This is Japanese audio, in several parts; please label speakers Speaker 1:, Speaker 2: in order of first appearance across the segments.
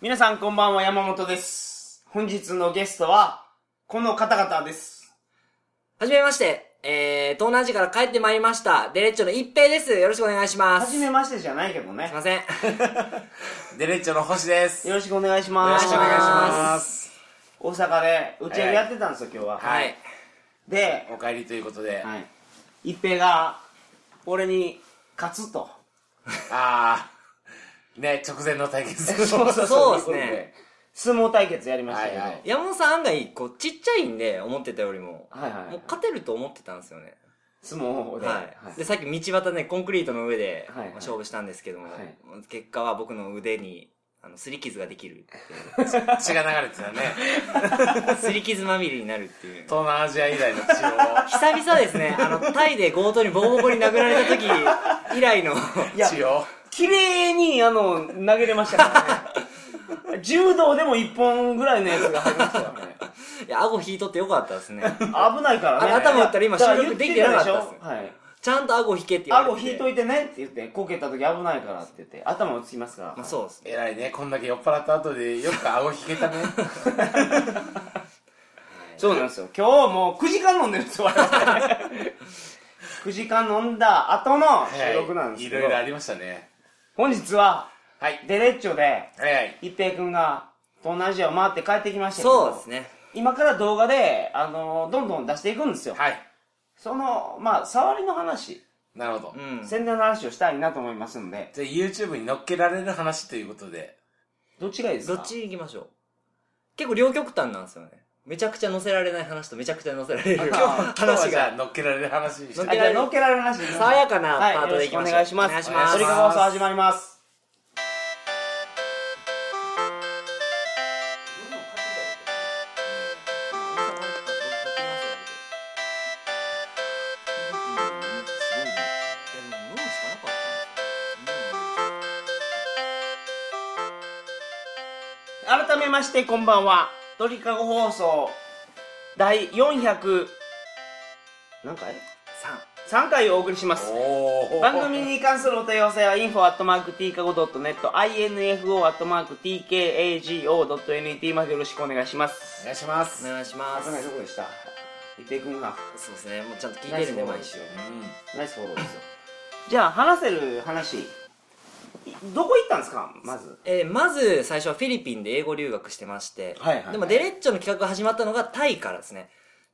Speaker 1: 皆さんこんばんは、山本です。本日のゲストは、この方々です。
Speaker 2: はじめまして、えー、東南アジアから帰ってまいりました、デレッチョの一平です。よろしくお願いしま
Speaker 1: は
Speaker 2: す。
Speaker 1: じめましてじゃないけどね
Speaker 2: すい。ません。
Speaker 3: デレッチョの星です。。
Speaker 1: よろしくお願いします。
Speaker 2: よろしくお願いします
Speaker 1: 大阪で打ち上げやってたんですよ、今日は。
Speaker 2: はい。
Speaker 1: で、
Speaker 3: お帰りということで。
Speaker 1: はい。一平が、俺に、勝つと。
Speaker 3: あー、ね、直前の対決。
Speaker 2: うそうですね。
Speaker 1: 相撲対決やりましたけど。
Speaker 3: は
Speaker 1: はいい
Speaker 3: は
Speaker 1: はい
Speaker 3: い。
Speaker 2: 山本さん案外、こう、ちっちゃいんで、思ってたよりも、
Speaker 1: はい
Speaker 2: もう勝てると思ってたんですよね。
Speaker 1: 相撲で。
Speaker 2: はい。で、さっき道端ね、コンクリートの上で、
Speaker 1: はいはい
Speaker 2: 勝負したんですけども、
Speaker 1: はい
Speaker 2: 結果は僕の腕に、あの、擦り傷ができるっていう。
Speaker 3: 血が流れてたね。
Speaker 2: 擦り傷まみれになるっていう。
Speaker 3: 東南アジア以来の血を
Speaker 2: 久々ですね、あの、タイで強盗にボコボコに殴られた時以来の、
Speaker 1: いや、
Speaker 3: 血を。
Speaker 1: 綺麗に、あの、投げれましたからね。柔道でも一本ぐらいのやつが入りましたよね。
Speaker 2: いや、顎引いとってよかったですね。
Speaker 1: 危ないからね。
Speaker 2: あ頭打ったら今
Speaker 1: だから
Speaker 2: 収録できてなかったっす
Speaker 1: 言てたでしょはい。
Speaker 2: ちゃんと顎引けって言われて
Speaker 1: 顎引いといてねって言って、こけた時危ないからって言って、頭打つきますから。
Speaker 2: まあそうですね。
Speaker 3: 偉いね、こんだけ酔っ払った後でよく顎引けたね。
Speaker 1: そうなんですよ。今日もう9時間飲んでるんですよ、我々。9時間飲んだ後の 収録なんです
Speaker 3: い
Speaker 1: けど、
Speaker 3: ろいろありましたね。
Speaker 1: 本日は、
Speaker 3: はい。
Speaker 1: デレッチョで、
Speaker 3: はいはい。
Speaker 1: 一平君が東南アジアを回って帰ってきましたけど
Speaker 2: そうですね。
Speaker 1: 今から動画で、あのどんどん出していくんですよ。
Speaker 3: はい。
Speaker 1: その、まあ、触りの話、
Speaker 3: なるほど
Speaker 2: う。ん。
Speaker 1: 宣伝の話をしたいなと思いますんで、
Speaker 3: じゃあ YouTube に乗っけられる話ということで。
Speaker 1: どっちがいいです
Speaker 2: ど
Speaker 1: か
Speaker 2: っち行きましょう。結構両極端なんですよね。めちゃくちゃ載せられない話とめちゃくちゃ載せられる
Speaker 3: 今日 は
Speaker 2: 話
Speaker 3: じゃあ
Speaker 2: が。
Speaker 3: 乗っけられる話にし
Speaker 2: 乗
Speaker 3: て
Speaker 2: っ
Speaker 1: あ、じゃあ、乗っけられる話です
Speaker 2: 爽やかな
Speaker 1: はい、
Speaker 2: パートでいきましょう。
Speaker 1: よろしくお願いします。
Speaker 2: お
Speaker 1: ト
Speaker 2: 願
Speaker 1: リ
Speaker 2: い
Speaker 1: カ
Speaker 2: し
Speaker 1: 放
Speaker 2: ま
Speaker 1: 送始まります。改めまして、こんばんは。鳥かご放送、第400、何回 ?3 回お送りします。
Speaker 3: おー
Speaker 1: 番組に関するお問い合わせは info.tkago.net、info.tkago.net までよろしくお願いします。
Speaker 3: お願いします。
Speaker 2: お願いします。
Speaker 1: どこでした伊平君が。
Speaker 2: そうですね。もうちゃんと聞いてるんで、毎週。
Speaker 3: う
Speaker 1: ナイスフォローですよ。じゃあ、話せる話。いどこ行ったんですかまず。
Speaker 2: えーまず最初はフィリピンで英語留学してまして、
Speaker 1: はいはいはい
Speaker 2: でもデレッチョの企画が始まったのがタイからですね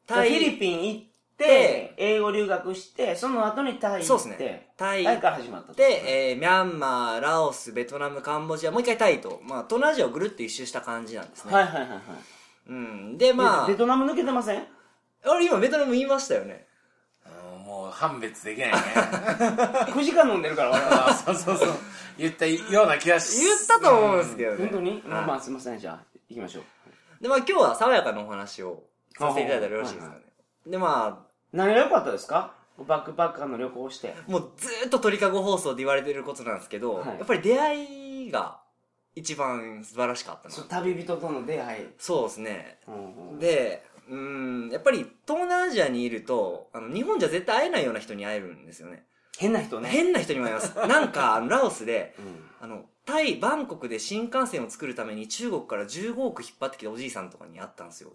Speaker 1: フ
Speaker 2: タイ
Speaker 1: ィリピン行って
Speaker 2: で、
Speaker 1: 英語留学して、その後にタイ行って、
Speaker 2: そうですねタ
Speaker 1: タイ
Speaker 2: イ
Speaker 1: から始まったと。
Speaker 2: で、えーミャンマーラオスベトナムカンボジアもう一回タイと、まあ、東南アジアをぐるっと一周した感じなんですね、
Speaker 1: はいはいはいはい。
Speaker 2: うん、でまあ
Speaker 1: ベベトナム抜けてま せん
Speaker 2: 俺今ベトナム言いましたよね
Speaker 3: んうんもう判別できないね。
Speaker 1: 9時間飲んでるから、俺は。
Speaker 3: あそうそうそう。言ったような気がし
Speaker 2: 言ったと思うんですけどね、
Speaker 1: 本当に
Speaker 2: は
Speaker 1: ま
Speaker 2: い
Speaker 1: あまあ、すいません。じゃあ、行きましょう。
Speaker 2: でまあ今日は爽やかなお話をさせていただいたらよろしいですかね、
Speaker 1: は
Speaker 2: でまあ
Speaker 1: 何が良かったですかバックパッカーの旅行をして。
Speaker 2: もうずーっと鳥かご放送で言われてることなんですけど、
Speaker 1: はい
Speaker 2: やっぱり出会いが一番素晴らしかったな
Speaker 1: そう旅人との出会い。
Speaker 2: そうですね。
Speaker 1: うんうん
Speaker 2: で、うーん、やっぱり東南アジアにいると、あの、日本じゃ絶対会えないような人に会えるんですよね。
Speaker 1: 変な人ね。
Speaker 2: 変な人にも会います。なんか、あの、ラオスで、
Speaker 1: うん、
Speaker 2: あの、タイ、バンコクで新幹線を作るために中国から15億引っ張ってきたおじいさんとかに会ったんですよ。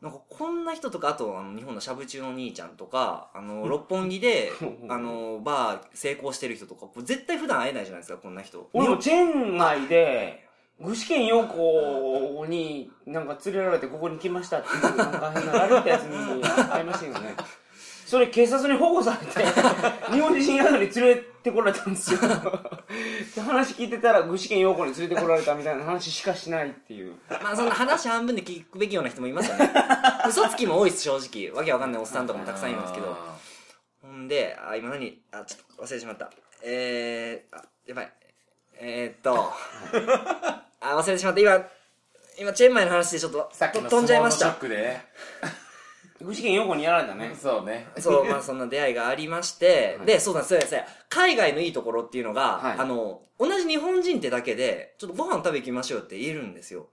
Speaker 2: なんか、こんな人とか、あと、あの、日本のしゃぶ中の兄ちゃんとか、あの、六本木であの、バー成功してる人とか、こう絶対普段会えないじゃないですか、こんな人。
Speaker 1: 俺もチェンマイで、具志堅用子になんか連れられてここに来ましたっていう、なんか変なラリったやつに会いましたけど ね。それ警察に保護されて、日本人なのに連れてこられたんですよ。で話聞いてたら具志堅用子に連れてこられたみたいな話しかしないっていう。
Speaker 2: まあそんな話半分で聞くべきような人もいますよね嘘つきも多いです正直わけわかんないおっさんとかもたくさんいますけど
Speaker 3: あ
Speaker 2: ほんであ今何あちょっと忘れてしまったえー、あやばいえー、っと あ忘れてしまった今今チェンマイの話でちょっと
Speaker 3: ーさっきの
Speaker 2: と飛んじゃいまし
Speaker 3: 相撲
Speaker 2: た
Speaker 3: のショックでね。
Speaker 1: 具志堅用子にやられたね。
Speaker 3: そうね。
Speaker 2: そうまあそんな出会いがありまして、でそうなんですそうなんです海外のいいところっていうのが、
Speaker 1: はい
Speaker 2: あの同じ日本人ってだけでちょっとご飯食べ行きましょうって言えるんですよ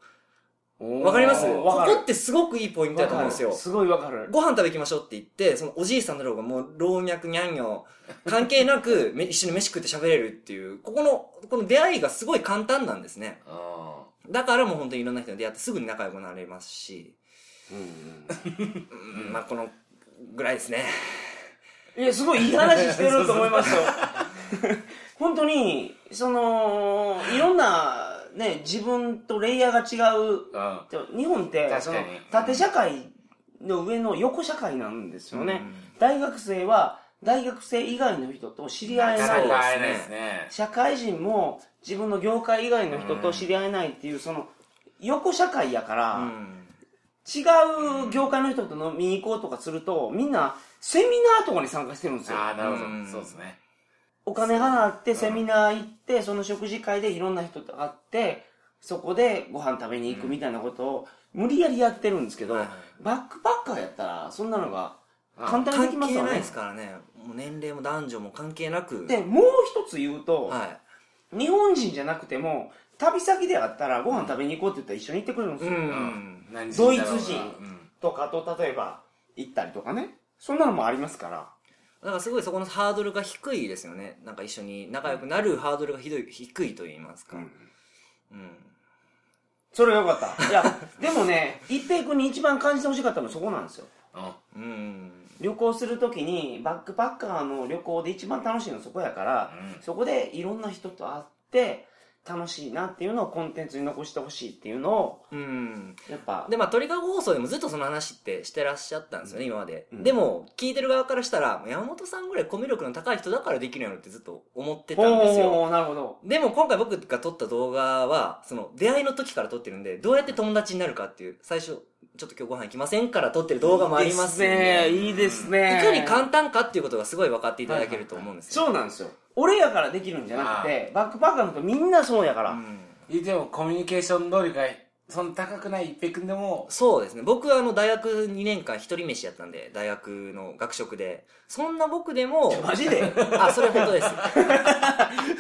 Speaker 2: わ
Speaker 1: わ
Speaker 2: かりますこ
Speaker 1: わかる。
Speaker 2: こってすごくいいポイントだと思うんですよ
Speaker 1: すごいわかる。
Speaker 2: ご飯食べ行きましょうって言って、そのおじいさんの方がもう老若にゃんよ、関係なく め一緒に飯食って喋れるっていう、ここの、この出会いがすごい簡単なんですね。
Speaker 3: うん
Speaker 2: だからもう本当にいろんな人に出会ってすぐに仲良くなれますし、
Speaker 1: うん
Speaker 2: うんまあこのぐらいですね。
Speaker 1: いや、すごいいい話してると思いますよ。本当に、その、いろんな、ね、自分とレイヤーが違う。
Speaker 3: うん。
Speaker 1: でも日本って、
Speaker 3: 確
Speaker 1: そ
Speaker 3: か
Speaker 1: の
Speaker 3: に、
Speaker 1: 縦社会の上の横社会なんですよね。
Speaker 2: うん
Speaker 1: 大学生は、大学生以外の人と知り合え
Speaker 3: な
Speaker 1: な
Speaker 3: か
Speaker 1: い
Speaker 3: な。か会えないですね。
Speaker 1: 社会人も、自分の業界以外の人と知り合えないっていう、その、横社会やから、
Speaker 2: うん
Speaker 1: 違う業界の人と飲みに行こうとかすると、みんな、セミナーとかに参加してるんですよ。
Speaker 3: ああ、なるほ
Speaker 2: うん
Speaker 3: ど。そうですね。
Speaker 1: お金払ってセミナー行って、その食事会でいろんな人と会って、そこでご飯食べに行くみたいなことを無理やりやってるんですけど、
Speaker 2: はい
Speaker 1: バックパッカーやったら、そんなのが
Speaker 3: うん
Speaker 1: 簡単にでき
Speaker 2: 関
Speaker 1: ます
Speaker 2: 係
Speaker 1: よ
Speaker 2: ない
Speaker 1: ね
Speaker 2: で。すからね。もう年齢も男女も関係なく。
Speaker 1: で、もう一つ言うと、
Speaker 2: は
Speaker 1: 日本人じゃなくても、旅先であったらご飯食べに行こうって言ったら一緒に行ってくれるんで
Speaker 2: い。
Speaker 1: すよ。
Speaker 2: うん。
Speaker 3: 何人だろうな
Speaker 1: ドイツ人
Speaker 3: うん
Speaker 1: とかと、例えば行ったりとかね。そんなのもありますから。
Speaker 2: だからすごいそこのハードルが低いですよね。なんか一緒に仲良くなるハードルがひどい、低いと言いますか。うん。
Speaker 1: それはよかった。いや、でもね、一平君に一番感じてほしかったのはそこなんですよ。
Speaker 3: うん。
Speaker 2: うん。
Speaker 1: 旅行するときにバックパッカーの旅行で一番楽しいのはそこやから、
Speaker 3: うん
Speaker 1: そこでいろんな人と会って楽しいなっていうのをコンテンツに残してほしいっていうのを
Speaker 2: うん。
Speaker 1: やっぱ
Speaker 2: で、まあ、トリガー放送でもずっとその話ってしてらっしゃったんですよね、今まで。
Speaker 1: うん
Speaker 2: でも、聞いてる側からしたら、山本さんぐらいコミュ力の高い人だからできるやろってずっと思ってたんですよ。
Speaker 1: おーなるほど
Speaker 2: でも今回僕が撮った動画は、その出会いの時から撮ってるんで、どうやって友達になるかっていう、最初、ちょっと今日ご飯行きませんから撮ってる動画もありますんで
Speaker 1: いいですねいい
Speaker 2: い
Speaker 1: です
Speaker 2: か
Speaker 1: ね
Speaker 2: に簡単かっていうことがすごい分かっていただけると思うんですよ。
Speaker 1: そうなんですよ俺やからできるんじゃなくてバックパッカーの人みんなそうやから、
Speaker 2: うん
Speaker 3: いやでもコミュニケーション能力がそんな高くない一平君でも、
Speaker 2: そうですね。僕はあの大学2年間一人飯やったんで、大学の学食で。そんな僕 でも、
Speaker 1: マジで
Speaker 2: あ、それ本 当です。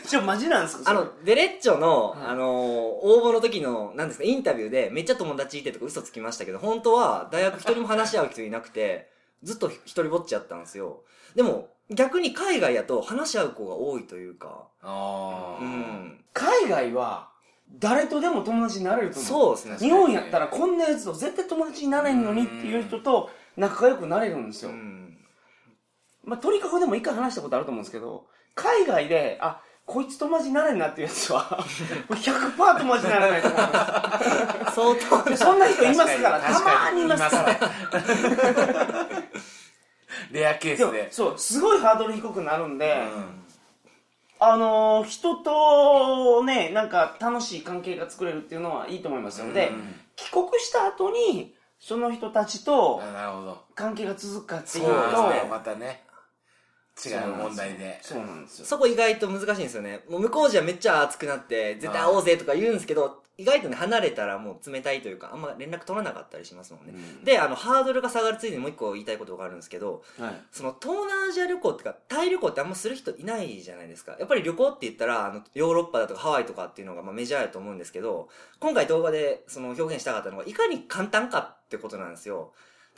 Speaker 1: ちょマジなんですか
Speaker 2: あ
Speaker 1: それ
Speaker 2: の、デレッチョの、
Speaker 1: はい
Speaker 2: あのー、応募の時の、なんですか、インタビューで、めっちゃ友達いてとか嘘つきましたけど、本当は、大学一人も話し合う人いなくて、ずっと一人ぼっちやったんですよ。でも、逆に海外やと話し合う子が多いというか、
Speaker 3: あ
Speaker 2: う
Speaker 3: ー
Speaker 2: ん。
Speaker 1: 海外は誰とでも友達になれると思う
Speaker 2: そうです
Speaker 1: 日
Speaker 2: ね。
Speaker 1: 本やったらこんなやつと絶対友達になれんのにっていう人と仲良くなれるんです
Speaker 2: う
Speaker 1: よ、
Speaker 2: ん。
Speaker 1: まあ、とにかくでも一回話したことあると思うんですけど、海外で、あ、こいつ友達になれんなっていうや つは、100%友達にならないと思いま
Speaker 2: 相当
Speaker 1: す。そんな人います
Speaker 3: 確
Speaker 1: から、
Speaker 3: かに
Speaker 1: たまーにいますから。
Speaker 3: 確かにレアケ
Speaker 1: で
Speaker 3: ース
Speaker 1: も
Speaker 3: で。
Speaker 1: そう、すごいハードル低くなるんで、
Speaker 3: うん
Speaker 1: あのー人とね、なんか楽しい関係が作れるっていうのはいいと思いますので、
Speaker 3: うん
Speaker 1: 帰国した後に、その人たちと
Speaker 3: あなるほど。
Speaker 1: 関係が続くかっていう
Speaker 3: そ
Speaker 1: と、
Speaker 3: うですね。またね、違う問題で。
Speaker 1: そうなんですよ。
Speaker 2: そこ意外と難しいんですよね。もう向こうじゃめっちゃ熱くなって、絶対会おうぜとか言うんですけど、意外とね、離れたらもう冷たいというか、あんま連絡取らなかったりしますもんね。で、あの、ハードルが下がるついでにもう一個言いたいことがあるんですけど、
Speaker 1: はい。
Speaker 2: その東南アジア旅行ってか、タイ旅行ってあんまする人いないじゃないですか。やっぱり旅行って言ったら、あの、ヨーロッパだとかハワイとかっていうのがまあメジャーやと思うんですけど、今回動画でその表現したかったのが、いかに簡単かってことなんですよ。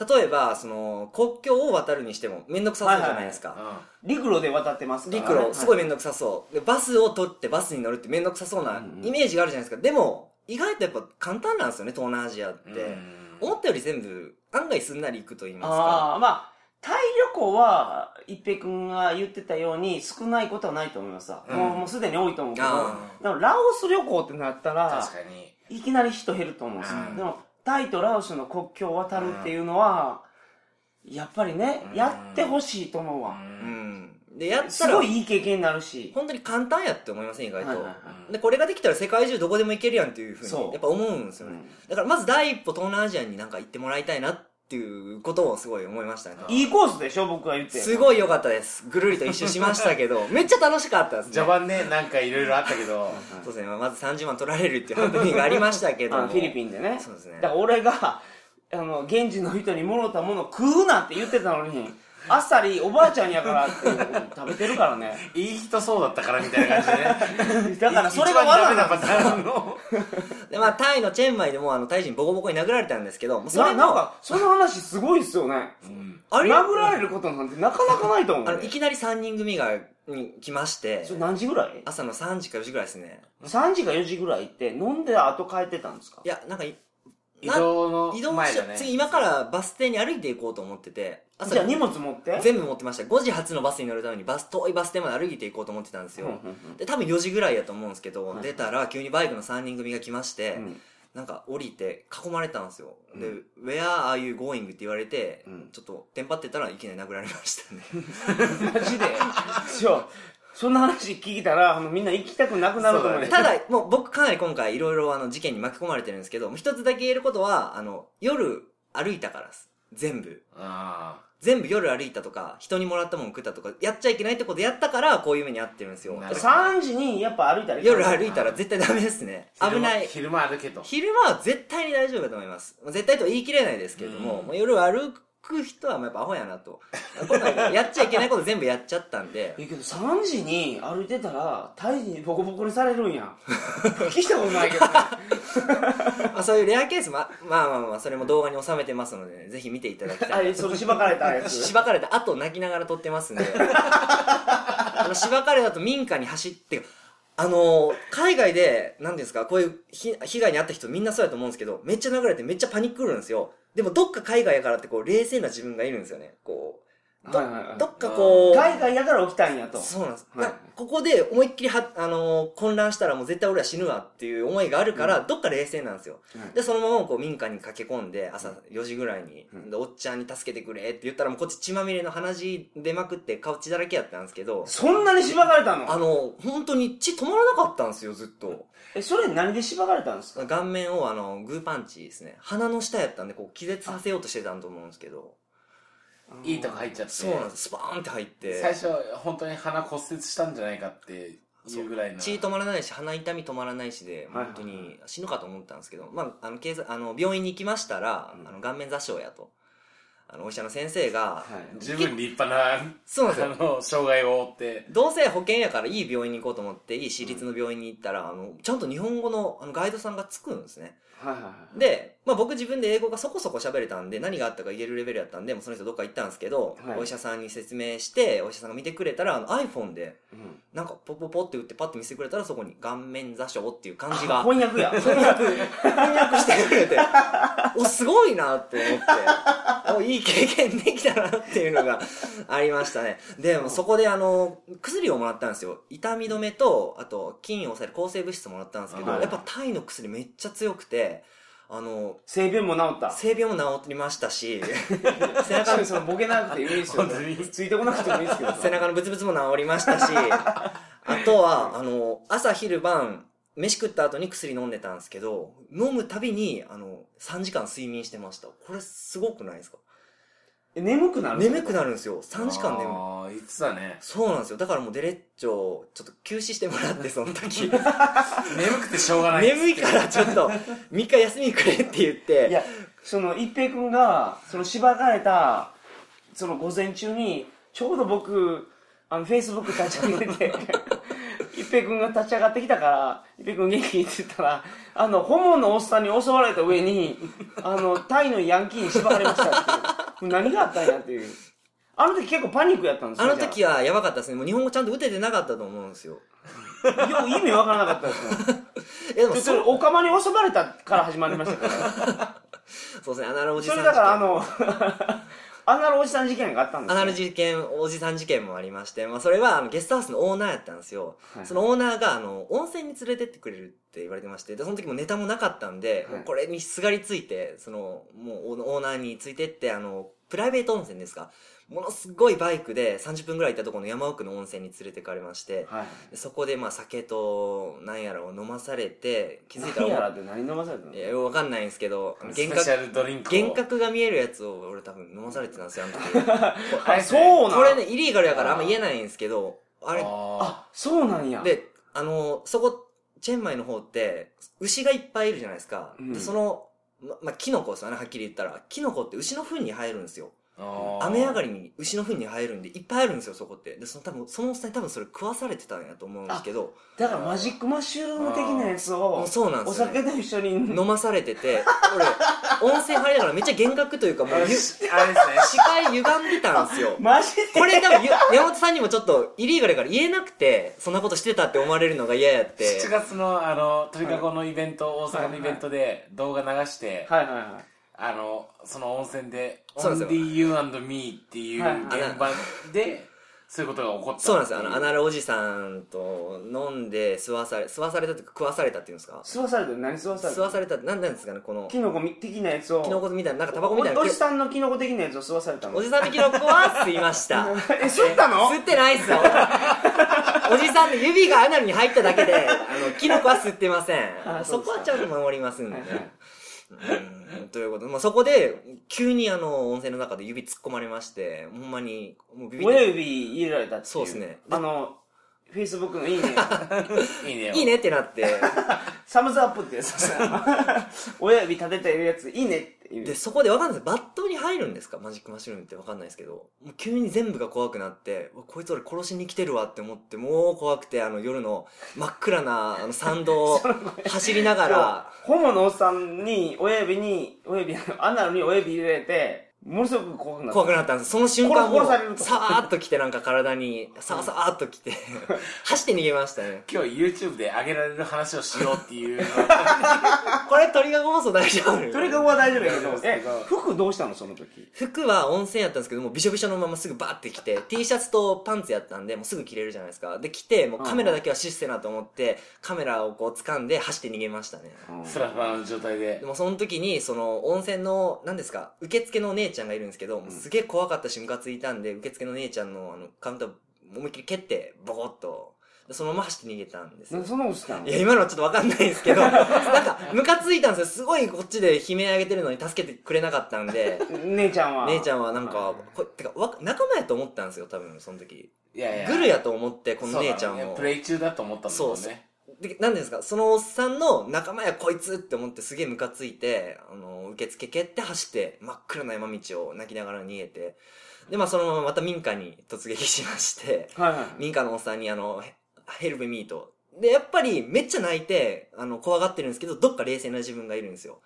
Speaker 2: 例えば、その、国境を渡るにしてもめんどくさそうじゃないですか。
Speaker 3: う
Speaker 1: 陸路で渡ってますから、
Speaker 2: 陸路、す
Speaker 1: は
Speaker 2: ごい面倒くさそう。で、バスを取ってバスに乗るって面倒くさそうな
Speaker 1: うんうん
Speaker 2: イメージがあるじゃないですか。でも、意外とやっぱ簡単なんですよね、東南アジアって。
Speaker 3: ん。
Speaker 2: 思ったより全部、案外すんなり行くと言いますか。
Speaker 1: ああ、まあ、タイ旅行は、一平君が言ってたように、少ないことはないと思いますわ。
Speaker 3: うん
Speaker 1: もうもうすでに多いと思うけど、で
Speaker 2: あ
Speaker 1: もラオス旅行ってなったら
Speaker 3: 確、かに。
Speaker 1: いきなり人減ると思うんですよ
Speaker 3: うん
Speaker 1: でも、タイとラオスの国境を渡るっていうのは、やっぱりね、
Speaker 3: うん
Speaker 1: やってほしいと思うわ。
Speaker 2: う
Speaker 3: うん
Speaker 2: ん。で、やった
Speaker 1: す
Speaker 2: ら
Speaker 1: ご、いいい経験になるし。
Speaker 2: 本当に簡単やって思いません、意
Speaker 1: は
Speaker 2: 外
Speaker 1: いはい
Speaker 2: と
Speaker 1: は。
Speaker 2: で、これができたら世界中どこでも行けるやんっていうふう
Speaker 1: そう
Speaker 2: に、やっぱ思うんですよ
Speaker 1: う
Speaker 2: ね。
Speaker 1: ん
Speaker 2: だからまず第一歩東南アジアになんか行ってもらいたいなっていうことをすごい思いましたね。
Speaker 3: うん
Speaker 1: いいコースでしょ、僕が言って。
Speaker 2: すごい良かったです。ぐるりと一周しましたけど、めっちゃ楽しかったですね。
Speaker 3: 序盤ね、なんかいろいろあったけど、
Speaker 2: そうですね、まず30万取られるっていうハプニングがありましたけど
Speaker 1: あ
Speaker 2: も。
Speaker 1: のフィリピンでね。
Speaker 2: そうですね
Speaker 1: だから俺が、あの、現地の人にもろたもの食うなって言ってたのに、あっさりおばあちゃんやからって食べてるからね。
Speaker 3: いい人そうだったからみたいな感じで ね。
Speaker 1: だからそれが罠な
Speaker 3: だ
Speaker 1: ん
Speaker 3: パ
Speaker 1: です
Speaker 3: タ
Speaker 1: よ。
Speaker 3: ーンの。
Speaker 2: で、まあ、タイのチェンマイでも、あの、タイ人ボコボコに殴られたんですけど、もうそ
Speaker 1: な
Speaker 2: れ
Speaker 1: なん
Speaker 2: も、
Speaker 1: か、その話すごいっすよね。
Speaker 3: うん
Speaker 2: あれ
Speaker 1: 殴られることなんてなかなかないと思う
Speaker 2: あ
Speaker 1: ね、
Speaker 2: の、いきなり3人組がに来まして
Speaker 1: それ何時ぐらい
Speaker 2: 朝の3時か4時ぐらいですね
Speaker 1: ?3 時か4時ぐらいって飲んで後帰ってたんですか
Speaker 2: いやなんかい
Speaker 3: 移動
Speaker 2: 移
Speaker 3: の
Speaker 2: 動
Speaker 3: 前
Speaker 2: し
Speaker 3: だね。
Speaker 2: 次今からバス停に歩いて行こうと思ってて
Speaker 1: じゃあ荷物持って
Speaker 2: 全部持ってました5時発のバスに乗るためにバス遠いバス停まで歩いて行こうと思ってたんです
Speaker 1: うん
Speaker 2: よ、
Speaker 1: うん
Speaker 2: で多分4時ぐらいやと思うんですけど、
Speaker 1: はいはい
Speaker 2: 出たら急にバイクの3人組が来まして、
Speaker 1: うん
Speaker 2: なんか降りて囲まれたんですよ、で
Speaker 1: う
Speaker 2: 「Where are you going?」って言われて、
Speaker 1: うん
Speaker 2: ちょっとテンパってたらいきなり殴られましたね
Speaker 1: マジでそうそんな話聞いたらあのみんな行きたくなくなると思う
Speaker 3: そうだ
Speaker 2: た
Speaker 3: ね
Speaker 2: だもう僕かなり今回いろいろあの事件に巻き込まれてるんですけど一つだけ言えることはあの夜歩いたからです全部
Speaker 3: あ
Speaker 2: 全部夜歩いたとか人にもらったもん食ったとかやっちゃいけないってことやったからこういう目に遭ってるんですよ
Speaker 3: なるほど
Speaker 1: 3時にやっぱ歩いたら
Speaker 2: 夜歩いたら絶対ダメですね
Speaker 3: あ。
Speaker 2: 危ない
Speaker 3: 昼間昼間歩けと。
Speaker 2: 昼間は絶対に大丈夫だと思います絶対とは言い切れないですけれども,、
Speaker 3: うん
Speaker 2: もう夜歩く人はもうやっぱアホやなとこんなんやっちゃいけないこと全部やっちゃったんで
Speaker 1: えけど3時に歩いてたら胎児にボコボコにされるんや聞いたことないけどね
Speaker 2: まあそういうレアケースもあまあまあまあそれも動画に収めてますので、ぜひ見ていただきた
Speaker 1: あ
Speaker 2: い
Speaker 1: れそれしばかれたやつ
Speaker 2: しばかれた後泣きながら撮ってます んであのしばかれたと民家に走ってあの海外で何ですかこういうひ被害に遭った人みんなそうやと思うんですけどめっちゃ殴られてめっちゃパニックるんですよでもどっか海外やからってこう冷静な自分がいるんですよねこうど,、
Speaker 1: はいはいはい
Speaker 2: どっかこう
Speaker 1: 海外やから起きたんやと
Speaker 2: そうなんです、
Speaker 1: はい
Speaker 2: なここで思いっきりは、あのー混乱したらもう絶対俺は死ぬわっていう思いがあるから、どっか冷静なんですよ、
Speaker 1: はい
Speaker 2: でそのままこう民家に駆け込んで朝4時ぐらいに、
Speaker 1: うん
Speaker 2: でおっちゃんに助けてくれって言ったらもうこっち血まみれの鼻血出まくって顔血だらけやったんですけど
Speaker 1: そんなにしばかれた
Speaker 2: あ
Speaker 1: の
Speaker 2: の本当に血止まらなかったんですよずっと
Speaker 1: えそれ何でしばかれたんですか
Speaker 2: 顔面をあのグーパンチですね鼻の下やったんでこう気絶させようとしてたんと思うんですけど
Speaker 3: いいとこ入っちゃって。
Speaker 2: そうなんですスパーンって入って
Speaker 3: 最初、本当に鼻骨折したんじゃないかっていうぐらいの。
Speaker 2: 血止まらないし鼻痛み止まらないしで
Speaker 1: はいはい
Speaker 2: 本当に死ぬかと思ったんですけど、まあ、あの警察あの病院に行きましたら、
Speaker 1: うん
Speaker 2: あの顔面挫傷やとあのお医者の先生が、
Speaker 1: はい
Speaker 3: 十分立派な、
Speaker 2: そうなんです
Speaker 3: あ
Speaker 2: よ
Speaker 3: の、障害を負って。
Speaker 2: どうせ保険やからいい病院に行こうと思っていい私立の病院に行ったら、あのちゃんと日本語のあのガイドさんがつくんですね
Speaker 1: はいはいはい
Speaker 2: で、まあ、僕自分で英語がそこそこ喋れたんで何があったか言えるレベルやったんでもうその人どっか行ったんですけど、
Speaker 1: はい
Speaker 2: お医者さんに説明してお医者さんが見てくれたらあの iPhone で
Speaker 1: うん
Speaker 2: なんかポッポッポって打ってパッと見せてくれたらそこに顔面挫傷っていう漢字が
Speaker 1: あ翻訳や
Speaker 2: 翻訳してくれておすごいなって思っておいい経験できたなっていうのがありましたねでもそこであの薬をもらったんですよ痛み止めとあと菌を抑える抗生物質もらったんですけど、
Speaker 1: はい
Speaker 2: やっぱタイの薬めっちゃ強くてあの
Speaker 1: 性病も治 った
Speaker 2: 性病も治りましたし 背
Speaker 1: 確
Speaker 2: 中
Speaker 1: か
Speaker 2: の
Speaker 1: にそのボケなくていいですよ
Speaker 3: 本当に
Speaker 1: ついてこなくてもいいですけど
Speaker 2: 背中のブツブツも治りまし たしあとはあの朝昼晩飯食った後に薬飲んでたんですけど飲むたびにあの3時間睡眠してましたこれすごくないですか
Speaker 1: え眠くなる
Speaker 2: 眠くなるんですよ3時間眠い
Speaker 3: ああ、言ってたね。
Speaker 2: そうなんですよだからもうデレッチョをちょっと休止しても らってその時
Speaker 3: 眠くてしょうがない。
Speaker 2: 眠いからちょっと3日休みくれって言って
Speaker 1: いやその一平君がそのしばかれたその午前中にちょうど僕あのフェイスブック立ち上げて 一平君が立ち上がってきたから一平君元気って言ったらあのホモのおっさんに襲われた上にあのタイのヤンキーにしばかれましたっていうもう何があったんやっていうあの時結構パニックやったんです
Speaker 2: あ
Speaker 1: よ
Speaker 2: の時はやばかったですねもう日本語ちゃんと打ててなかったと思うんですよ
Speaker 1: じゃあよう意味わからなかったです よ
Speaker 2: いやでも
Speaker 1: ちょ
Speaker 2: そ
Speaker 1: それおかまに襲われたから始まりましたから
Speaker 2: そうですねアナロおじ
Speaker 1: そ
Speaker 2: さん
Speaker 1: れだからあ
Speaker 2: 事件
Speaker 1: の アナロおじさん事件があったんですよ
Speaker 2: アナル事件、おじさん事件もありまして、まあ、それはあのゲストハウスのオーナーやったんですよ、
Speaker 1: はい
Speaker 2: そのオーナーがあの温泉に連れてってくれるって言われてましてでその時もネタもなかったんで、
Speaker 1: はい
Speaker 2: これにすがりついてそのもうオーナーについてってあのプライベート温泉ですかものすごいバイクで30分ぐらい行ったところの山奥の温泉に連れてかれまして、
Speaker 1: はい
Speaker 2: でそこでまあ酒と何やらを飲まされて気づいた
Speaker 1: 何やら
Speaker 2: ら
Speaker 1: って何飲まされたの
Speaker 2: いやよくわかんないんですけど
Speaker 3: ス
Speaker 2: 幻
Speaker 3: ペシ
Speaker 2: 覚
Speaker 3: ャルドリンクを。
Speaker 2: 幻覚が見えるやつを俺多分飲まされてたんですよあの時。
Speaker 1: あそうなん
Speaker 2: これねイリーガルやからあんま言えないんですけどあ
Speaker 3: あ
Speaker 2: れ
Speaker 3: あ
Speaker 1: あそうなんや
Speaker 2: であのそこチェンマイの方って牛がいっぱいいるじゃないですか、
Speaker 1: うん
Speaker 2: でそのままあキノコですよねはっきり言ったらキノコって牛の糞に生えるんですよ雨上が
Speaker 3: り。
Speaker 2: りに牛の糞に生えるんでいっぱいあるんですよそこってでその多分そのおっさんに多分それ食わされてたんやと思うんですけど
Speaker 1: だからマジックマッシュルーム的なやつ
Speaker 2: も
Speaker 1: を
Speaker 2: うそうなんで
Speaker 1: お
Speaker 2: すよ、
Speaker 1: 酒
Speaker 2: ね、
Speaker 1: と一緒に
Speaker 2: 飲まされてて俺温泉入りながらめっちゃ幻覚というかもう
Speaker 3: あれ
Speaker 2: ゆ
Speaker 3: で
Speaker 2: 視
Speaker 3: すね。し
Speaker 2: 界歪んでたんですよ
Speaker 1: マジで
Speaker 2: これ多分ゆ山本さんにもちょっとイリーガルやから言えなくてそんなことしてたって思われるのが嫌 やって
Speaker 3: 7月の、あの、鳥かごのイベント、大阪のイベントで動画流して、
Speaker 1: はいはいはい
Speaker 3: あの、その温泉で、
Speaker 2: そうなんですよ
Speaker 3: Only You and Me っていう
Speaker 1: はい
Speaker 3: 現場で、そういうことが起こった。
Speaker 2: そうなんですよあのアナ
Speaker 3: ロ
Speaker 2: ルおじさんと飲んで吸わされ吸わされたというか食わされたっていうんですか
Speaker 1: 吸わされた何吸わされ
Speaker 2: 吸
Speaker 1: た
Speaker 2: わされたって何なんですかねこの
Speaker 1: キノコ的なやつを
Speaker 2: キノコみたいななんかタバコみたいな
Speaker 1: おおじさんのキノコ的なやつを吸わされたの
Speaker 2: おじさんのキノコは吸いました
Speaker 1: え吸ったの
Speaker 2: 吸ってない っすよおじさんの指がアナルに入っただけで あのキノコは吸ってません
Speaker 1: あそ
Speaker 2: そう
Speaker 1: ですか
Speaker 2: こはちゃんと守りますんでね
Speaker 1: はいはい
Speaker 2: うんということで、まあ、そこで急にあの温泉の中で指突っ込まれましてほんまにもうビビっ
Speaker 1: 親
Speaker 2: て
Speaker 1: 指入れられたっていう
Speaker 2: そうっすね
Speaker 1: あのフェイスブックのいいね
Speaker 3: いいね。
Speaker 2: いい。ねって なって
Speaker 1: サムズアップってやつ さ親指立ててるやついいねっていう
Speaker 2: でそこで分かんないですバットに入るんですかマジックマッシュルームって分かんないですけどもう急に全部が怖くなってうわこいつ俺殺しに来てるわって思ってもう怖くてあの夜の真っ暗なあの参 道を走りながら
Speaker 1: ホモのおっさんに親指に親指アナルに親指入れられてものすごく怖くなった
Speaker 2: 怖くなったんですその瞬間もう
Speaker 1: 殺さ
Speaker 2: さ
Speaker 1: れると
Speaker 2: ーっと来てなんか体にさーさーっと来 て走って逃げましたね
Speaker 3: 今日 YouTube で上げられる話をしようっていう のを
Speaker 2: これ鳥が放送大丈夫
Speaker 1: それがは大丈夫やけどえ
Speaker 3: 大丈夫です
Speaker 1: 服どうしたのその時
Speaker 2: 服は温泉やったんですけどもうびしょびしょのまますぐバーって着 て T シャツとパンツやったんでもうすぐ着れるじゃないですかで着てもうカメラだけは死してなと思ってカメラをこう掴んで走って逃げましたね
Speaker 3: スラフラの状態で
Speaker 2: で。もその時にその温泉の何ですか受付のお姉ちゃんがいるんですけど、もうすげえ怖かったしムカついたんで受付のお姉ちゃんのあのカウンター思いっきり蹴ってボコッとでそのまま走って逃げたんですよ
Speaker 1: そんなことしたの
Speaker 2: いや、今のはちょっとわかんないです けど、なんか、ムカついたんですよ。すごいこっちで悲鳴上げてるのに助けてくれなかったんで、
Speaker 1: 姉ちゃんは
Speaker 2: 姉ちゃんはなんか
Speaker 1: は、
Speaker 2: こてか、わ仲間やと思ったんですよ、多分、その時。
Speaker 3: いやいや。
Speaker 2: グルやと思って、この姉ちゃん
Speaker 3: そうだね
Speaker 2: も
Speaker 3: プ。レイ中だと思ったんだもんね。
Speaker 2: で、なんですか、そのおっさんの仲間やこいつって思ってすげえムカついて、あの、受付蹴って走って、真っ暗な山道を泣きながら逃げて、で、まあそのまままた民家に突撃しまして、
Speaker 1: はいはい
Speaker 2: 民家のおっさんにあの、ヘヘルプミート。で、やっぱりめっちゃ泣いて、あの、怖がってるんですけど、どっか冷静な自分がいるんですよ。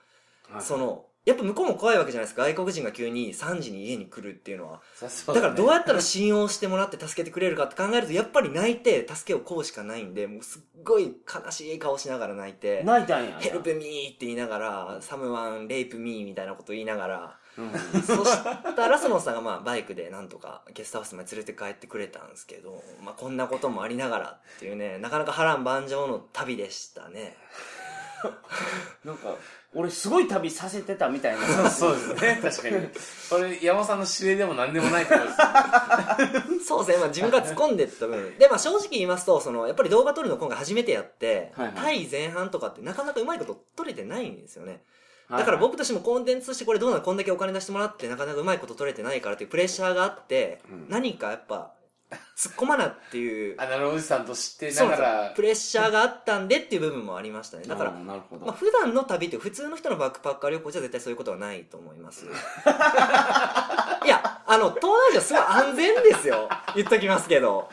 Speaker 1: はい
Speaker 2: その、やっぱ向こうも怖いわけじゃないですか。外国人が急に3時に家に来るっていうのは。
Speaker 3: そりゃそ
Speaker 2: だ
Speaker 3: うだ
Speaker 2: から
Speaker 3: ね
Speaker 2: どうやったら信用してもらって助けてくれるかって考えると、やっぱり泣いて助けをこうしかないんで、もうすっごい悲しい顔しながら泣いて、
Speaker 1: 泣いたんや
Speaker 2: ヘルプミーって言いながら、サムワンレイプミーみたいなこと言いながら、
Speaker 1: うん
Speaker 2: そしたらそのさんがまあバイクでなんとかゲストハウスまで連れて帰ってくれたんですけど、まあ、こんなこともありながらっていうねなかなか波乱万丈の旅でしたね
Speaker 1: なんか俺すごい旅させてたみたいな
Speaker 3: そう ですね、確かに。これ、山本さんの指令でも何でもないってことですよね。
Speaker 2: そうですね、まあ、自分から突っ込んでった分で、まあ、正直言いますとそのやっぱり動画撮るの今回初めてやって、
Speaker 1: はいはい
Speaker 2: 対前半とかってなかなかうまいこと撮れてないんですよねだから僕としてもコンテンツとしてこれどうなのこんだけお金出してもらってなかなかうまいこと撮れてないからっていうプレッシャーがあって、
Speaker 1: うん
Speaker 2: 何かやっぱ突っ込まなっていう
Speaker 3: アナログおじさんと知って
Speaker 2: そ
Speaker 3: な
Speaker 2: うなん
Speaker 3: が
Speaker 2: ですよ
Speaker 3: ら、
Speaker 2: プレッシャーがあったんでっていう部分もありましたねだから
Speaker 1: あーなるほど
Speaker 2: まあ、普段の旅って普通の人のバックパッカー旅行じゃ絶対そういうことはないと思います いやあの東南アジアすごい安全ですよ言っときますけど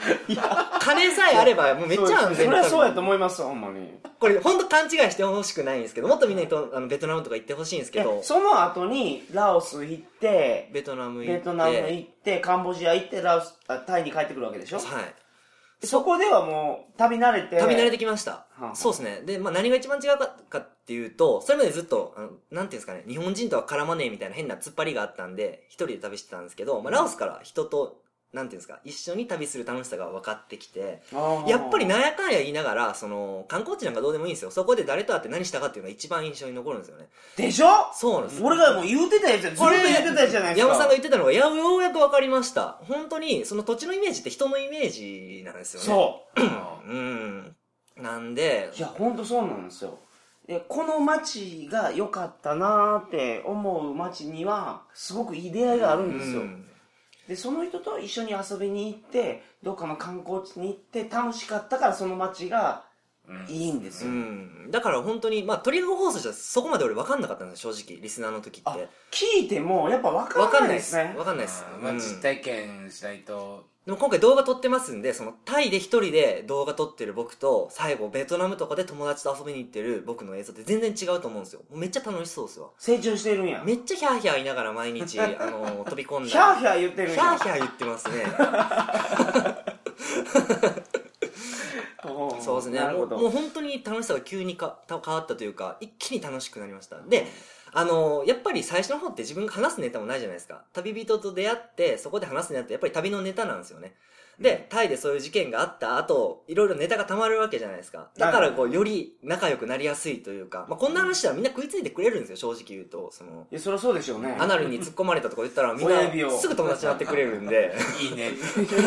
Speaker 2: 金さえあればもうめっちゃ安全
Speaker 1: そり
Speaker 2: な
Speaker 1: ゃ
Speaker 2: 旅
Speaker 1: そうやと思いますほんまに
Speaker 2: これ本当勘違いしてほしくないんですけどもっとみんなにとあのベトナムとか行ってほしいんですけど
Speaker 1: えその後にラオス行って
Speaker 2: ベトナム行って
Speaker 1: ベトナム行ってカンボジア行ってラオスあタイに帰ってくるわけでしょ
Speaker 2: はい
Speaker 1: そこではもう旅慣れて
Speaker 2: 旅慣れてきました、
Speaker 1: はあ
Speaker 2: そうですねで、まあ、何が一番違うかかっていうとそれまでずっとあのなんていうんですかね日本人とは絡まねえみたいな変な突っ張りがあったんで一人で旅してたんですけど、まあ、ラオスから人となんていうんですか一緒に旅する楽しさが分かってきて
Speaker 1: あー
Speaker 2: やっぱりなんやかんや言いながらその観光地なんかどうでもいいんですよそこで誰と会って何したかっていうのが一番印象に残るんですよね
Speaker 1: でしょ
Speaker 2: そうなんです
Speaker 1: 俺がもう言うてたやつやずっと
Speaker 2: こ
Speaker 1: 言
Speaker 2: れ
Speaker 1: うてたやつじゃないです
Speaker 2: 山
Speaker 1: か
Speaker 2: 本さんが言ってたのがやようやく分かりました本当にその土地のイメージって人のイメージなんですよね
Speaker 1: そう
Speaker 2: うんなんで
Speaker 1: ういやほんとそうなんですよでこの街が良かったなーって思う街にはすごくいい出会いがあるんですよ、
Speaker 2: うん
Speaker 1: でその人と一緒に遊びに行ってどっかの観光地に行って楽しかったからその街がいいんです
Speaker 2: う
Speaker 1: よ、
Speaker 2: ん、だから本当に、まあ、トリガー放送じゃそこまで俺分かんなかったんですよ正直リスナーの時っ
Speaker 1: あ
Speaker 2: て
Speaker 1: 聞いてもやっぱ分
Speaker 2: 分
Speaker 1: か
Speaker 2: か
Speaker 1: ん
Speaker 2: ん
Speaker 1: な
Speaker 2: ないい
Speaker 1: で
Speaker 2: です
Speaker 1: すね
Speaker 2: 分かんないです、
Speaker 3: あーまあ
Speaker 2: うん
Speaker 3: 実体験しないと
Speaker 2: でも今回動画撮ってますんでそのタイで一人で動画撮ってる僕と最後ベトナムとかで友達と遊びに行ってる僕の映像って全然違うと思うんですよもうめっちゃ楽しそうですよ
Speaker 1: 成長してるんや
Speaker 2: めっちゃヒャーヒャー言いながら毎日あの飛び込ん だ
Speaker 1: ヒャーヒャー言ってるん
Speaker 2: ヒャー
Speaker 1: や
Speaker 2: ヒャー言ってますね
Speaker 1: おー
Speaker 2: そうですね
Speaker 1: なるほ
Speaker 2: もうもう
Speaker 1: ど
Speaker 2: 本当に楽しさが急にかた変わったというか一気に楽しくなりましたであのやっぱり最初の方って自分が話すネタもないじゃないですか旅人と出会ってそこで話すネタってやっぱり旅のネタなんですよねで、タイでそういう事件があった後、いろいろネタが溜まるわけじゃないですか。だからこう、より仲良くなりやすいというか、まあ、こんな話はみんな食いついてくれるんですよ、正直言うと。その、
Speaker 1: いやそりゃそうでしょうね
Speaker 2: アナルに突っ込まれたとか言ったら、み ん
Speaker 1: 親指
Speaker 2: な
Speaker 1: を
Speaker 2: すぐ友達になってくれるんで。
Speaker 3: いいね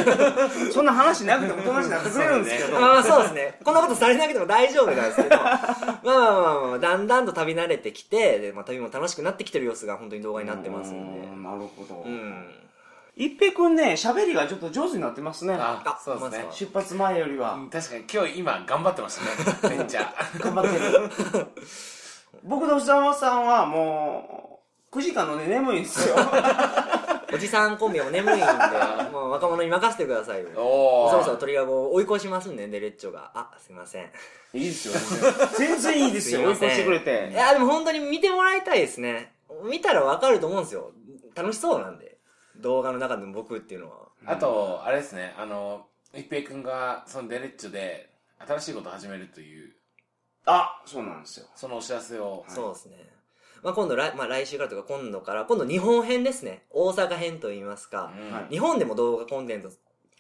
Speaker 1: そんな話なくても友達になってくれるんですけど、
Speaker 2: まあまあそうですね。こんなことされなくても大丈夫なんですけど、まあまあまあまあ、だんだんと旅慣れてきて、でまあ、旅も楽しくなってきてる様子が本当に動画になってますんで
Speaker 1: うー。んなるほど、
Speaker 2: うん。
Speaker 1: 一平君ね喋りがちょっと上手になってますね
Speaker 3: あそうですね
Speaker 2: まず
Speaker 1: 出発前よりは
Speaker 3: うん確かに今日今頑張ってましたねめっちゃ
Speaker 1: 頑張 ってる僕と藤まさんはもう9時間のね眠いんです よ
Speaker 2: おじさんコンビも眠いんで、もう若者に任せてくださいよ。
Speaker 3: おお
Speaker 2: そろそろトリガーを追い越しますんで、デレッチョが。あ、すいません。
Speaker 1: いいですよ全然いいですよ追い
Speaker 2: す
Speaker 1: 越
Speaker 2: いません
Speaker 1: してくれ
Speaker 2: い
Speaker 1: て
Speaker 2: や、でも本当に見てもらいたいですね。見たらわかると思うんですよ。楽しそうなんで。動画の中でも僕っていうのは。
Speaker 3: あとあれですねあの一平君がそのデレッチョで新しいことを始めるという
Speaker 1: あそうなんですよ
Speaker 3: そのお知らせを
Speaker 2: そうですね。まあ今度来、まあ来週からとか今度から、今度日本編ですね。大阪編といいますか。
Speaker 3: うん
Speaker 1: はい
Speaker 2: 日本でも動画コンテンツ、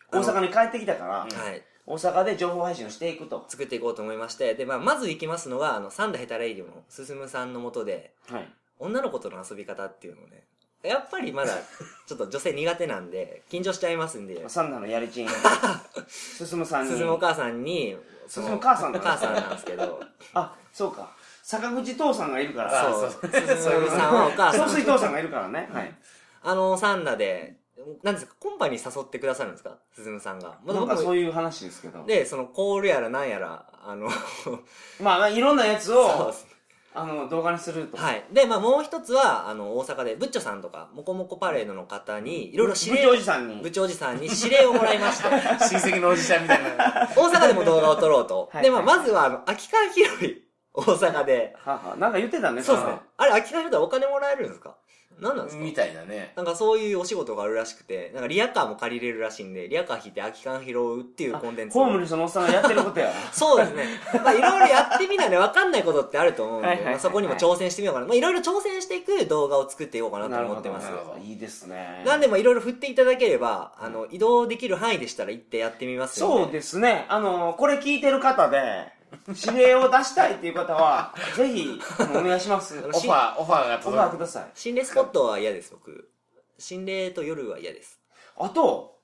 Speaker 2: あ
Speaker 1: 大
Speaker 2: の
Speaker 1: 阪に帰ってきたから
Speaker 3: うん
Speaker 2: はい。
Speaker 1: 大阪で情報配信をしていくと
Speaker 2: 作っていこうと思いまして。で、まあまず行きますのが、あの、サンダヘタレイディオのすすむさんのもとで、
Speaker 1: はい
Speaker 2: 女の子との遊び方っていうのをね、やっぱ りまだ、ちょっと女性苦手なんで、緊張しちゃいますんで。
Speaker 1: サンダのやりち ん進むさんに
Speaker 2: 鈴のお母さんに、その
Speaker 1: 進む母さんだ
Speaker 2: 母さんなんですけ ど、
Speaker 1: あそうか坂口父さんがいるから
Speaker 3: あ
Speaker 2: そう、
Speaker 3: そう
Speaker 2: 鈴のさんはお母さ
Speaker 1: 総水
Speaker 2: ん。
Speaker 1: 父さんがいるからねはい
Speaker 2: あの、サンナで、なんですか、コンパに誘ってくださるんですか鈴のさんが。まだ
Speaker 1: なん
Speaker 2: 僕
Speaker 1: か
Speaker 2: も
Speaker 1: そういう話ですけど
Speaker 2: で、その、コールやらなんやら、あの、
Speaker 1: まあまあいろんなやつ
Speaker 2: そう
Speaker 1: を
Speaker 2: です
Speaker 1: あの動画にすると
Speaker 2: はい。で、まあ、もう一つは、あの、大阪で、ブッチョさんとか、モコモコパレードの方に、いろいろ指
Speaker 1: 部
Speaker 2: 令
Speaker 1: 長
Speaker 2: を
Speaker 1: おじ、さんに
Speaker 2: 部長おじさんに指令をもらい まして、
Speaker 3: 親戚のおじちゃんみたい な
Speaker 2: 大阪でも動画を撮ろうと。
Speaker 1: はい
Speaker 2: で、まあ、まずは、あの、秋川広い大阪で、
Speaker 1: はあはあなんか言ってたね
Speaker 2: そうです
Speaker 1: の
Speaker 2: ね。あれ、秋川広いお金もらえるんですか何なんですか
Speaker 3: みたいなね
Speaker 2: なんかそういうお仕事があるらしくて、なんかリアカーも借りれるらしいんで、リアカー引いて空き缶拾うっていうコンテンツを
Speaker 1: ホームレスのおっさんがやってることや
Speaker 2: そうですね。まあいろいろやってみないで分かんないことってあると思うんで、
Speaker 1: はいはいはいはい
Speaker 2: まあそこにも挑戦してみようかな。まあいろいろ挑戦していく動画を作っていこう かなと思ってます
Speaker 1: な
Speaker 3: な。
Speaker 1: る
Speaker 3: る
Speaker 1: ほ
Speaker 3: ほ
Speaker 1: ど
Speaker 3: ど
Speaker 1: いいですね
Speaker 2: なんでまあいろいろ振っていただければ、あの、移動できる範囲でしたら行ってやってみます
Speaker 1: そう
Speaker 2: で。
Speaker 1: ですねあのこれ聞いてる方で指令を出したいっていう方 はぜひあのお願いします
Speaker 3: オ
Speaker 1: オ
Speaker 3: フ
Speaker 1: ファー
Speaker 3: ァーオファーが
Speaker 1: オファー
Speaker 3: 届
Speaker 1: く
Speaker 3: く
Speaker 1: ださい
Speaker 2: 心霊スポットは嫌です、僕。心霊と夜は嫌です。
Speaker 1: あと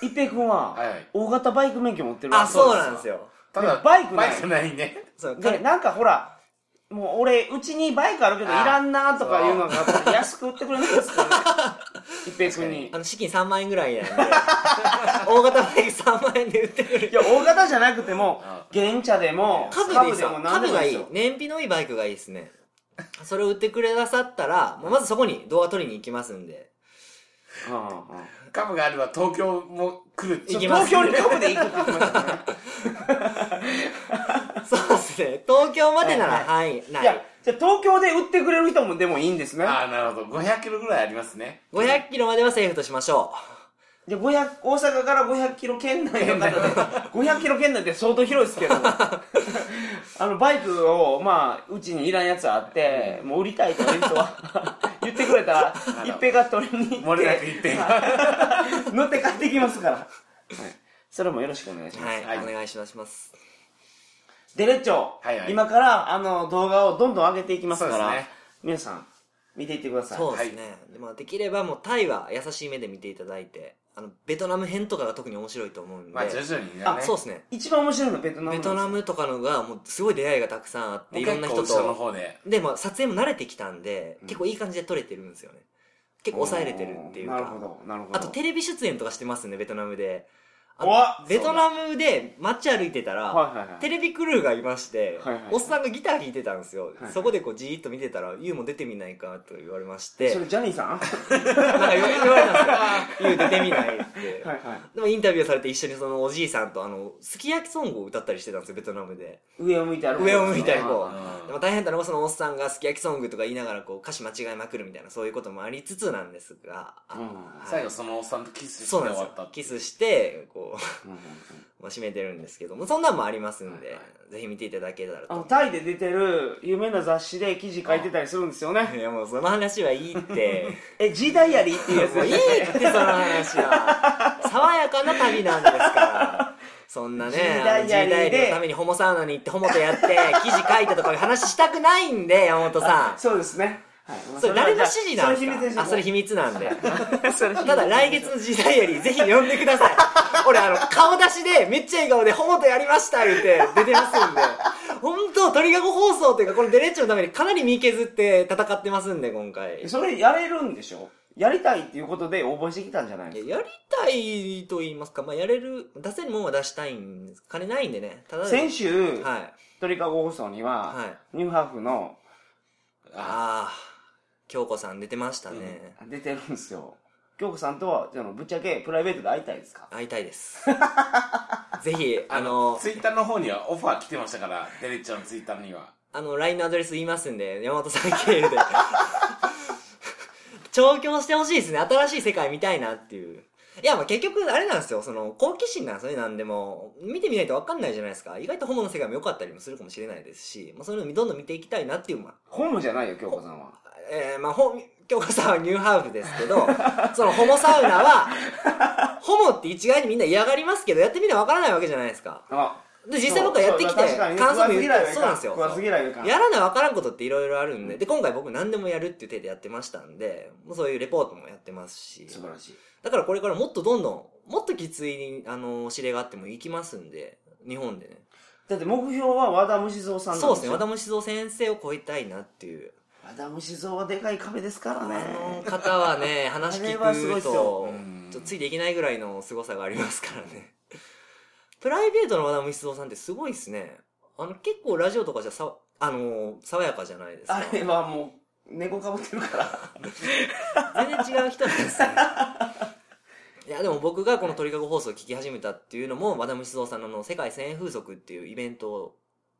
Speaker 1: 一平君は
Speaker 3: はいはい
Speaker 1: 大型バイク免許持ってるわ
Speaker 2: あ、
Speaker 1: け
Speaker 2: そうなんですよ。
Speaker 3: ただ
Speaker 1: バイクな
Speaker 3: バ
Speaker 1: い
Speaker 3: イクないね
Speaker 2: そう、
Speaker 1: で
Speaker 2: 彼
Speaker 1: なんかほらもう俺うちにバイクあるけどいらんなとかいうのがあったら安く売ってくれないです かね一平君に
Speaker 2: あの、資金3万円ぐらいなんで、 大型バイク3万円で売ってくる
Speaker 1: い。や大型じゃなくても
Speaker 3: あ
Speaker 1: 原茶でも
Speaker 2: 株でいいです
Speaker 1: で
Speaker 2: よ
Speaker 1: も何で
Speaker 2: 株
Speaker 1: も
Speaker 2: が
Speaker 1: いい
Speaker 2: い
Speaker 1: で
Speaker 2: い
Speaker 1: すよ
Speaker 2: 燃費のいいバイクがいいですねそれを売ってくれなさったらまあまずそこに動画撮りに行きますん で
Speaker 1: うんうんうん
Speaker 3: 株があれば東京も来る
Speaker 2: 行きます
Speaker 1: 東京に株で行くって言って ましたね
Speaker 2: そうですね東京までなら
Speaker 1: は
Speaker 2: はいないい
Speaker 1: やじゃあ東京で売ってくれる人もでもいいんですね
Speaker 3: ああなるほど500キロぐらいありますね
Speaker 2: 500キロまではセーフとしましょ
Speaker 1: で500大阪から500キロ圏内の方で500キロ圏内って相当広いですけどあのバイクをまあうちにいらんやつあって、もう売りたいとかいう人は言ってくれたら
Speaker 3: ほど
Speaker 1: 一平が取りに行って
Speaker 3: 漏れなく一平が
Speaker 1: はい 乗って帰ってきますから、はい、それもよろしくお願いし
Speaker 2: う
Speaker 1: ます、
Speaker 2: はい、
Speaker 3: はい
Speaker 2: お願いします
Speaker 1: デレッチョ、
Speaker 3: はいはい
Speaker 1: 今からあの動画をどんどん上げていきますか
Speaker 3: そう
Speaker 1: ら、
Speaker 3: ですね
Speaker 1: 皆さん見ていってください
Speaker 2: そうですね、でまあ、できればもうタイは優しい目で見ていただいてあのベトナム編とかが特に面白いと思うんで、
Speaker 3: まあ徐々にね
Speaker 1: あ
Speaker 2: そうですね
Speaker 1: 一番面白いのはベトナム
Speaker 2: ベトナムとかのがもうすごい出会いがたくさんあっていろんな人
Speaker 3: もう結構後ろの
Speaker 2: と
Speaker 3: 方で
Speaker 2: で、まあ、撮影も慣れてきたんで、結構いい感じで撮れてるんですよね結構抑えれてるっていうか
Speaker 1: なるほどなるほど
Speaker 2: あとテレビ出演とかしてますね、ベトナムで。あ
Speaker 1: おわ
Speaker 2: ベトナムで街歩いてたら、
Speaker 1: はいはいはい
Speaker 2: テレビクルーがいまして、
Speaker 1: はいはいはい
Speaker 2: おっさんがギター弾いてたんですよ、
Speaker 1: はい
Speaker 2: そこでこうじーっと見てたら「ユウも出てみないか?」と言われまし
Speaker 1: そ
Speaker 2: て
Speaker 1: れジャニーさんはい
Speaker 2: なんか言わ言われたんですよ「ユウ出てみない?」って、
Speaker 1: はい
Speaker 2: でもインタビューされて一緒にそのおじいさんとあのすき焼きソングを歌ったりしてたんですよベトナムで
Speaker 1: 上を向いて歩く
Speaker 2: 上を向いて歩
Speaker 1: は
Speaker 2: こうでも大変だのがそのおっさんがすき焼きソングとか言いながらこう歌詞間違いまくるみたいなそういうこともありつつなんですが、
Speaker 1: う
Speaker 2: あ
Speaker 1: ん
Speaker 2: はい
Speaker 3: 最後そのおっさんとキスして
Speaker 2: そうな
Speaker 3: 終
Speaker 2: んです
Speaker 3: わ
Speaker 2: よ
Speaker 3: ったって
Speaker 2: キ
Speaker 3: いう
Speaker 2: スしてこう
Speaker 1: うんうんうん
Speaker 2: まあ、締めてるんですけどもそんなんもありますんで、
Speaker 1: はいは
Speaker 2: ぜひ見ていただけたら
Speaker 1: あの
Speaker 2: と
Speaker 1: タイで出てる有名な雑誌で記事書いてたりするんですよね
Speaker 2: いやもうその話はいいって
Speaker 1: え G ダイアリーっていうやつ
Speaker 2: もういいってその話は爽やかな旅なんですからそんなね
Speaker 1: G
Speaker 2: あ
Speaker 1: ダ
Speaker 2: の G
Speaker 1: イアリーで
Speaker 2: ダイアリーのためにホモサウナに行ってホモとやって記事書いてとかいう話したくないんで山本さ
Speaker 1: そうですねはい
Speaker 2: んそれ誰の指示な
Speaker 1: そ
Speaker 2: ん
Speaker 1: れ秘密
Speaker 2: で
Speaker 1: ですす
Speaker 2: か
Speaker 1: よ
Speaker 2: あそれ秘密なんで
Speaker 1: それ秘密
Speaker 2: ただ来月の G ダイアリーぜひ呼んでください俺あの顔出しでめっちゃ笑顔で「ホモとやりました」言って出てますんで本当鳥かご放送というかこのデレッチョのためにかなり身削って戦ってますんで今回
Speaker 1: それやれるんでしょやりたいっていうことで応募してきたんじゃないです
Speaker 2: いややりたいと言いますか、まあ、やれる出せるもんは出したいんです金ないんでねただ
Speaker 1: か
Speaker 2: で
Speaker 1: 先週、
Speaker 2: はい
Speaker 1: 鳥かご放送には、
Speaker 2: はい
Speaker 1: ニューハーフの
Speaker 2: あ
Speaker 3: あ
Speaker 2: あ京子さん出てましたね、
Speaker 1: 出てるんですよ京子さんとはじゃあぶっちゃけプライベートで会いたいですか
Speaker 2: 会いたいですぜひあの
Speaker 3: ツイッターの方にはオファー来てましたからデレッチョのツイッターには
Speaker 2: あの、LINE のアドレス言いますんで、山本さん経由で。 調教してほしいですね。新しい世界見たいなっていう。いや、まあ結局、あれなんですよ。その、好奇心なんですよね、なんでも。見てみないと分かんないじゃないですか。意外とホモの世界も良かったりもするかもしれないですし、まあそういうのどんどん見ていきたいなっていう、まあ、
Speaker 1: ホームじゃないよ京子さんは
Speaker 2: えー、まあ、ほ、京子さんはニューハーフですけど、 そのホモサウナ は、ホモって一概にみんな嫌がりますけど、やってみれば分からないわけじゃないですか。
Speaker 1: あ
Speaker 2: で、実際僕はやってきて、
Speaker 1: そうそう確かに
Speaker 2: 感想も言
Speaker 1: 食わず嫌いはいかん
Speaker 2: って、そうなんですよ。
Speaker 1: 食わず嫌いはいかん
Speaker 2: やらな分からんことっていろいろあるんで、で、今回僕何でもやるっていう手でやってましたんで、もうそういうレポートもやってますし、
Speaker 1: 素晴らしい
Speaker 2: だからこれからもっとどんどん、もっときついに、あの、指令があっても行きますんで、日本でね。
Speaker 1: だって目標は和田虫蔵さんなん
Speaker 2: そうですね、和田
Speaker 1: ね
Speaker 2: 虫蔵先生を超えたいなっていう。
Speaker 1: 和田虫蔵はでかい壁ですから
Speaker 2: あ
Speaker 1: ね
Speaker 2: の方はね、 話聞
Speaker 1: あれはすごい
Speaker 2: く
Speaker 1: っすよ
Speaker 2: と
Speaker 3: うん、
Speaker 2: ちょっとついていけないぐらいの凄さがありますからね。 プライベートの和田虫蔵さんってすごいですね。あの、結構ラジオとかじゃさ、あの、爽やかじゃないですか。
Speaker 1: あれはもう猫かぶってる から
Speaker 2: 全然違う人なん ですねいやでも僕がこの鳥かご放送を聞き始めたっていうのも和田虫蔵さんのあの「世界千円風俗」っていうイベント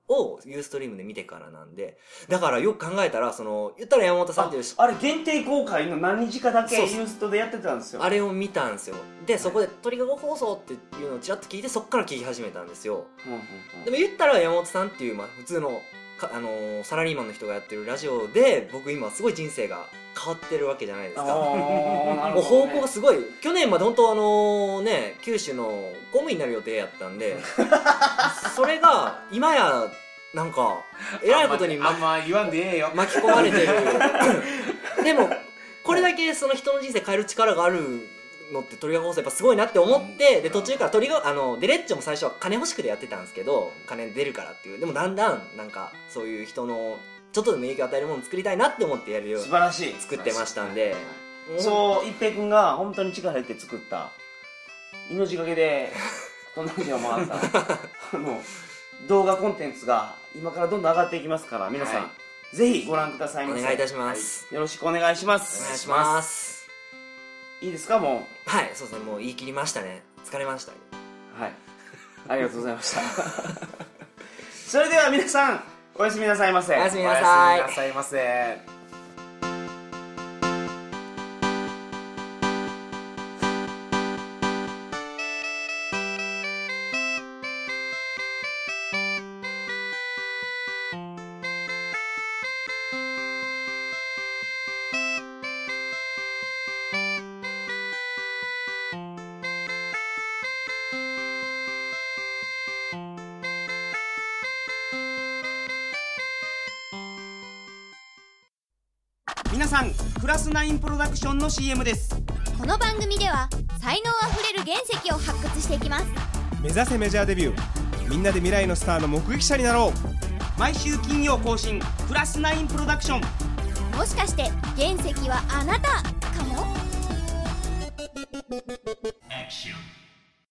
Speaker 2: をユーストリームで見てからなんでだからよく考えたらその言ったら山本さんっていうし
Speaker 1: あれ限定公開の何日かだけ
Speaker 2: そ
Speaker 1: ユ
Speaker 2: うそう
Speaker 1: ーストでやってたんですよ
Speaker 2: あれを見たんですよでそこで「鳥かご放送」っていうのをちらっと聞いてそっから聞き始めたんですよ
Speaker 1: うんうんうん
Speaker 2: でも言ったら山本さんっていう、まあ、普通のか、あのーサラリーマンの人がやってるラジオで僕今すごい人生が変わってるわけじゃないです
Speaker 1: あ
Speaker 2: か
Speaker 1: ーなる
Speaker 2: もう
Speaker 1: ほど
Speaker 2: 方
Speaker 1: ね
Speaker 2: 向がすごい去年まで本当あのね九州の公務員になる予定やったん でそれが今やなんかえらいことに
Speaker 3: あん
Speaker 2: 巻
Speaker 3: まあんま言わんでええよ
Speaker 2: 巻き込まれてる でもこれだけその人の人生変える力があるのって鳥が放送やっぱすごいなって思って
Speaker 3: うん
Speaker 2: で途中から鳥があのデレッチョも最初は金欲しくてやってたんですけど金出るからっていうでもだんだんなんかそういう人のちょっとでも影響を与えるものを作りたいなって思ってやるよう
Speaker 1: 素晴らしい
Speaker 2: 作ってましたんで
Speaker 1: そう一平君が本当に力入って作った命がけでこんな字を回った あの動画コンテンツが今からどんどん上がっていきますから皆さん、
Speaker 3: は
Speaker 1: ぜひご覧ください
Speaker 2: お
Speaker 1: ませ
Speaker 2: 願いいたします、
Speaker 1: よろしくお願いしま
Speaker 2: お願い
Speaker 1: す
Speaker 2: します
Speaker 1: いいですかも
Speaker 2: はいそうですねもう言い切りましたね疲れました
Speaker 1: うはいありがとうございました それでは皆さんおやすみなさいませ
Speaker 2: おやすみ
Speaker 3: お
Speaker 2: な
Speaker 3: やす
Speaker 2: さい
Speaker 3: みなさいませ
Speaker 1: 皆さんクラスナインプロダクションの CM です
Speaker 4: この番組では才能あふれる原石を発掘していきます
Speaker 5: 目指せメジャーデビューみんなで未来のスターの目撃者になろう
Speaker 1: 毎週金曜更新クラスナインプロダクション
Speaker 4: もしかして原石はあなたかも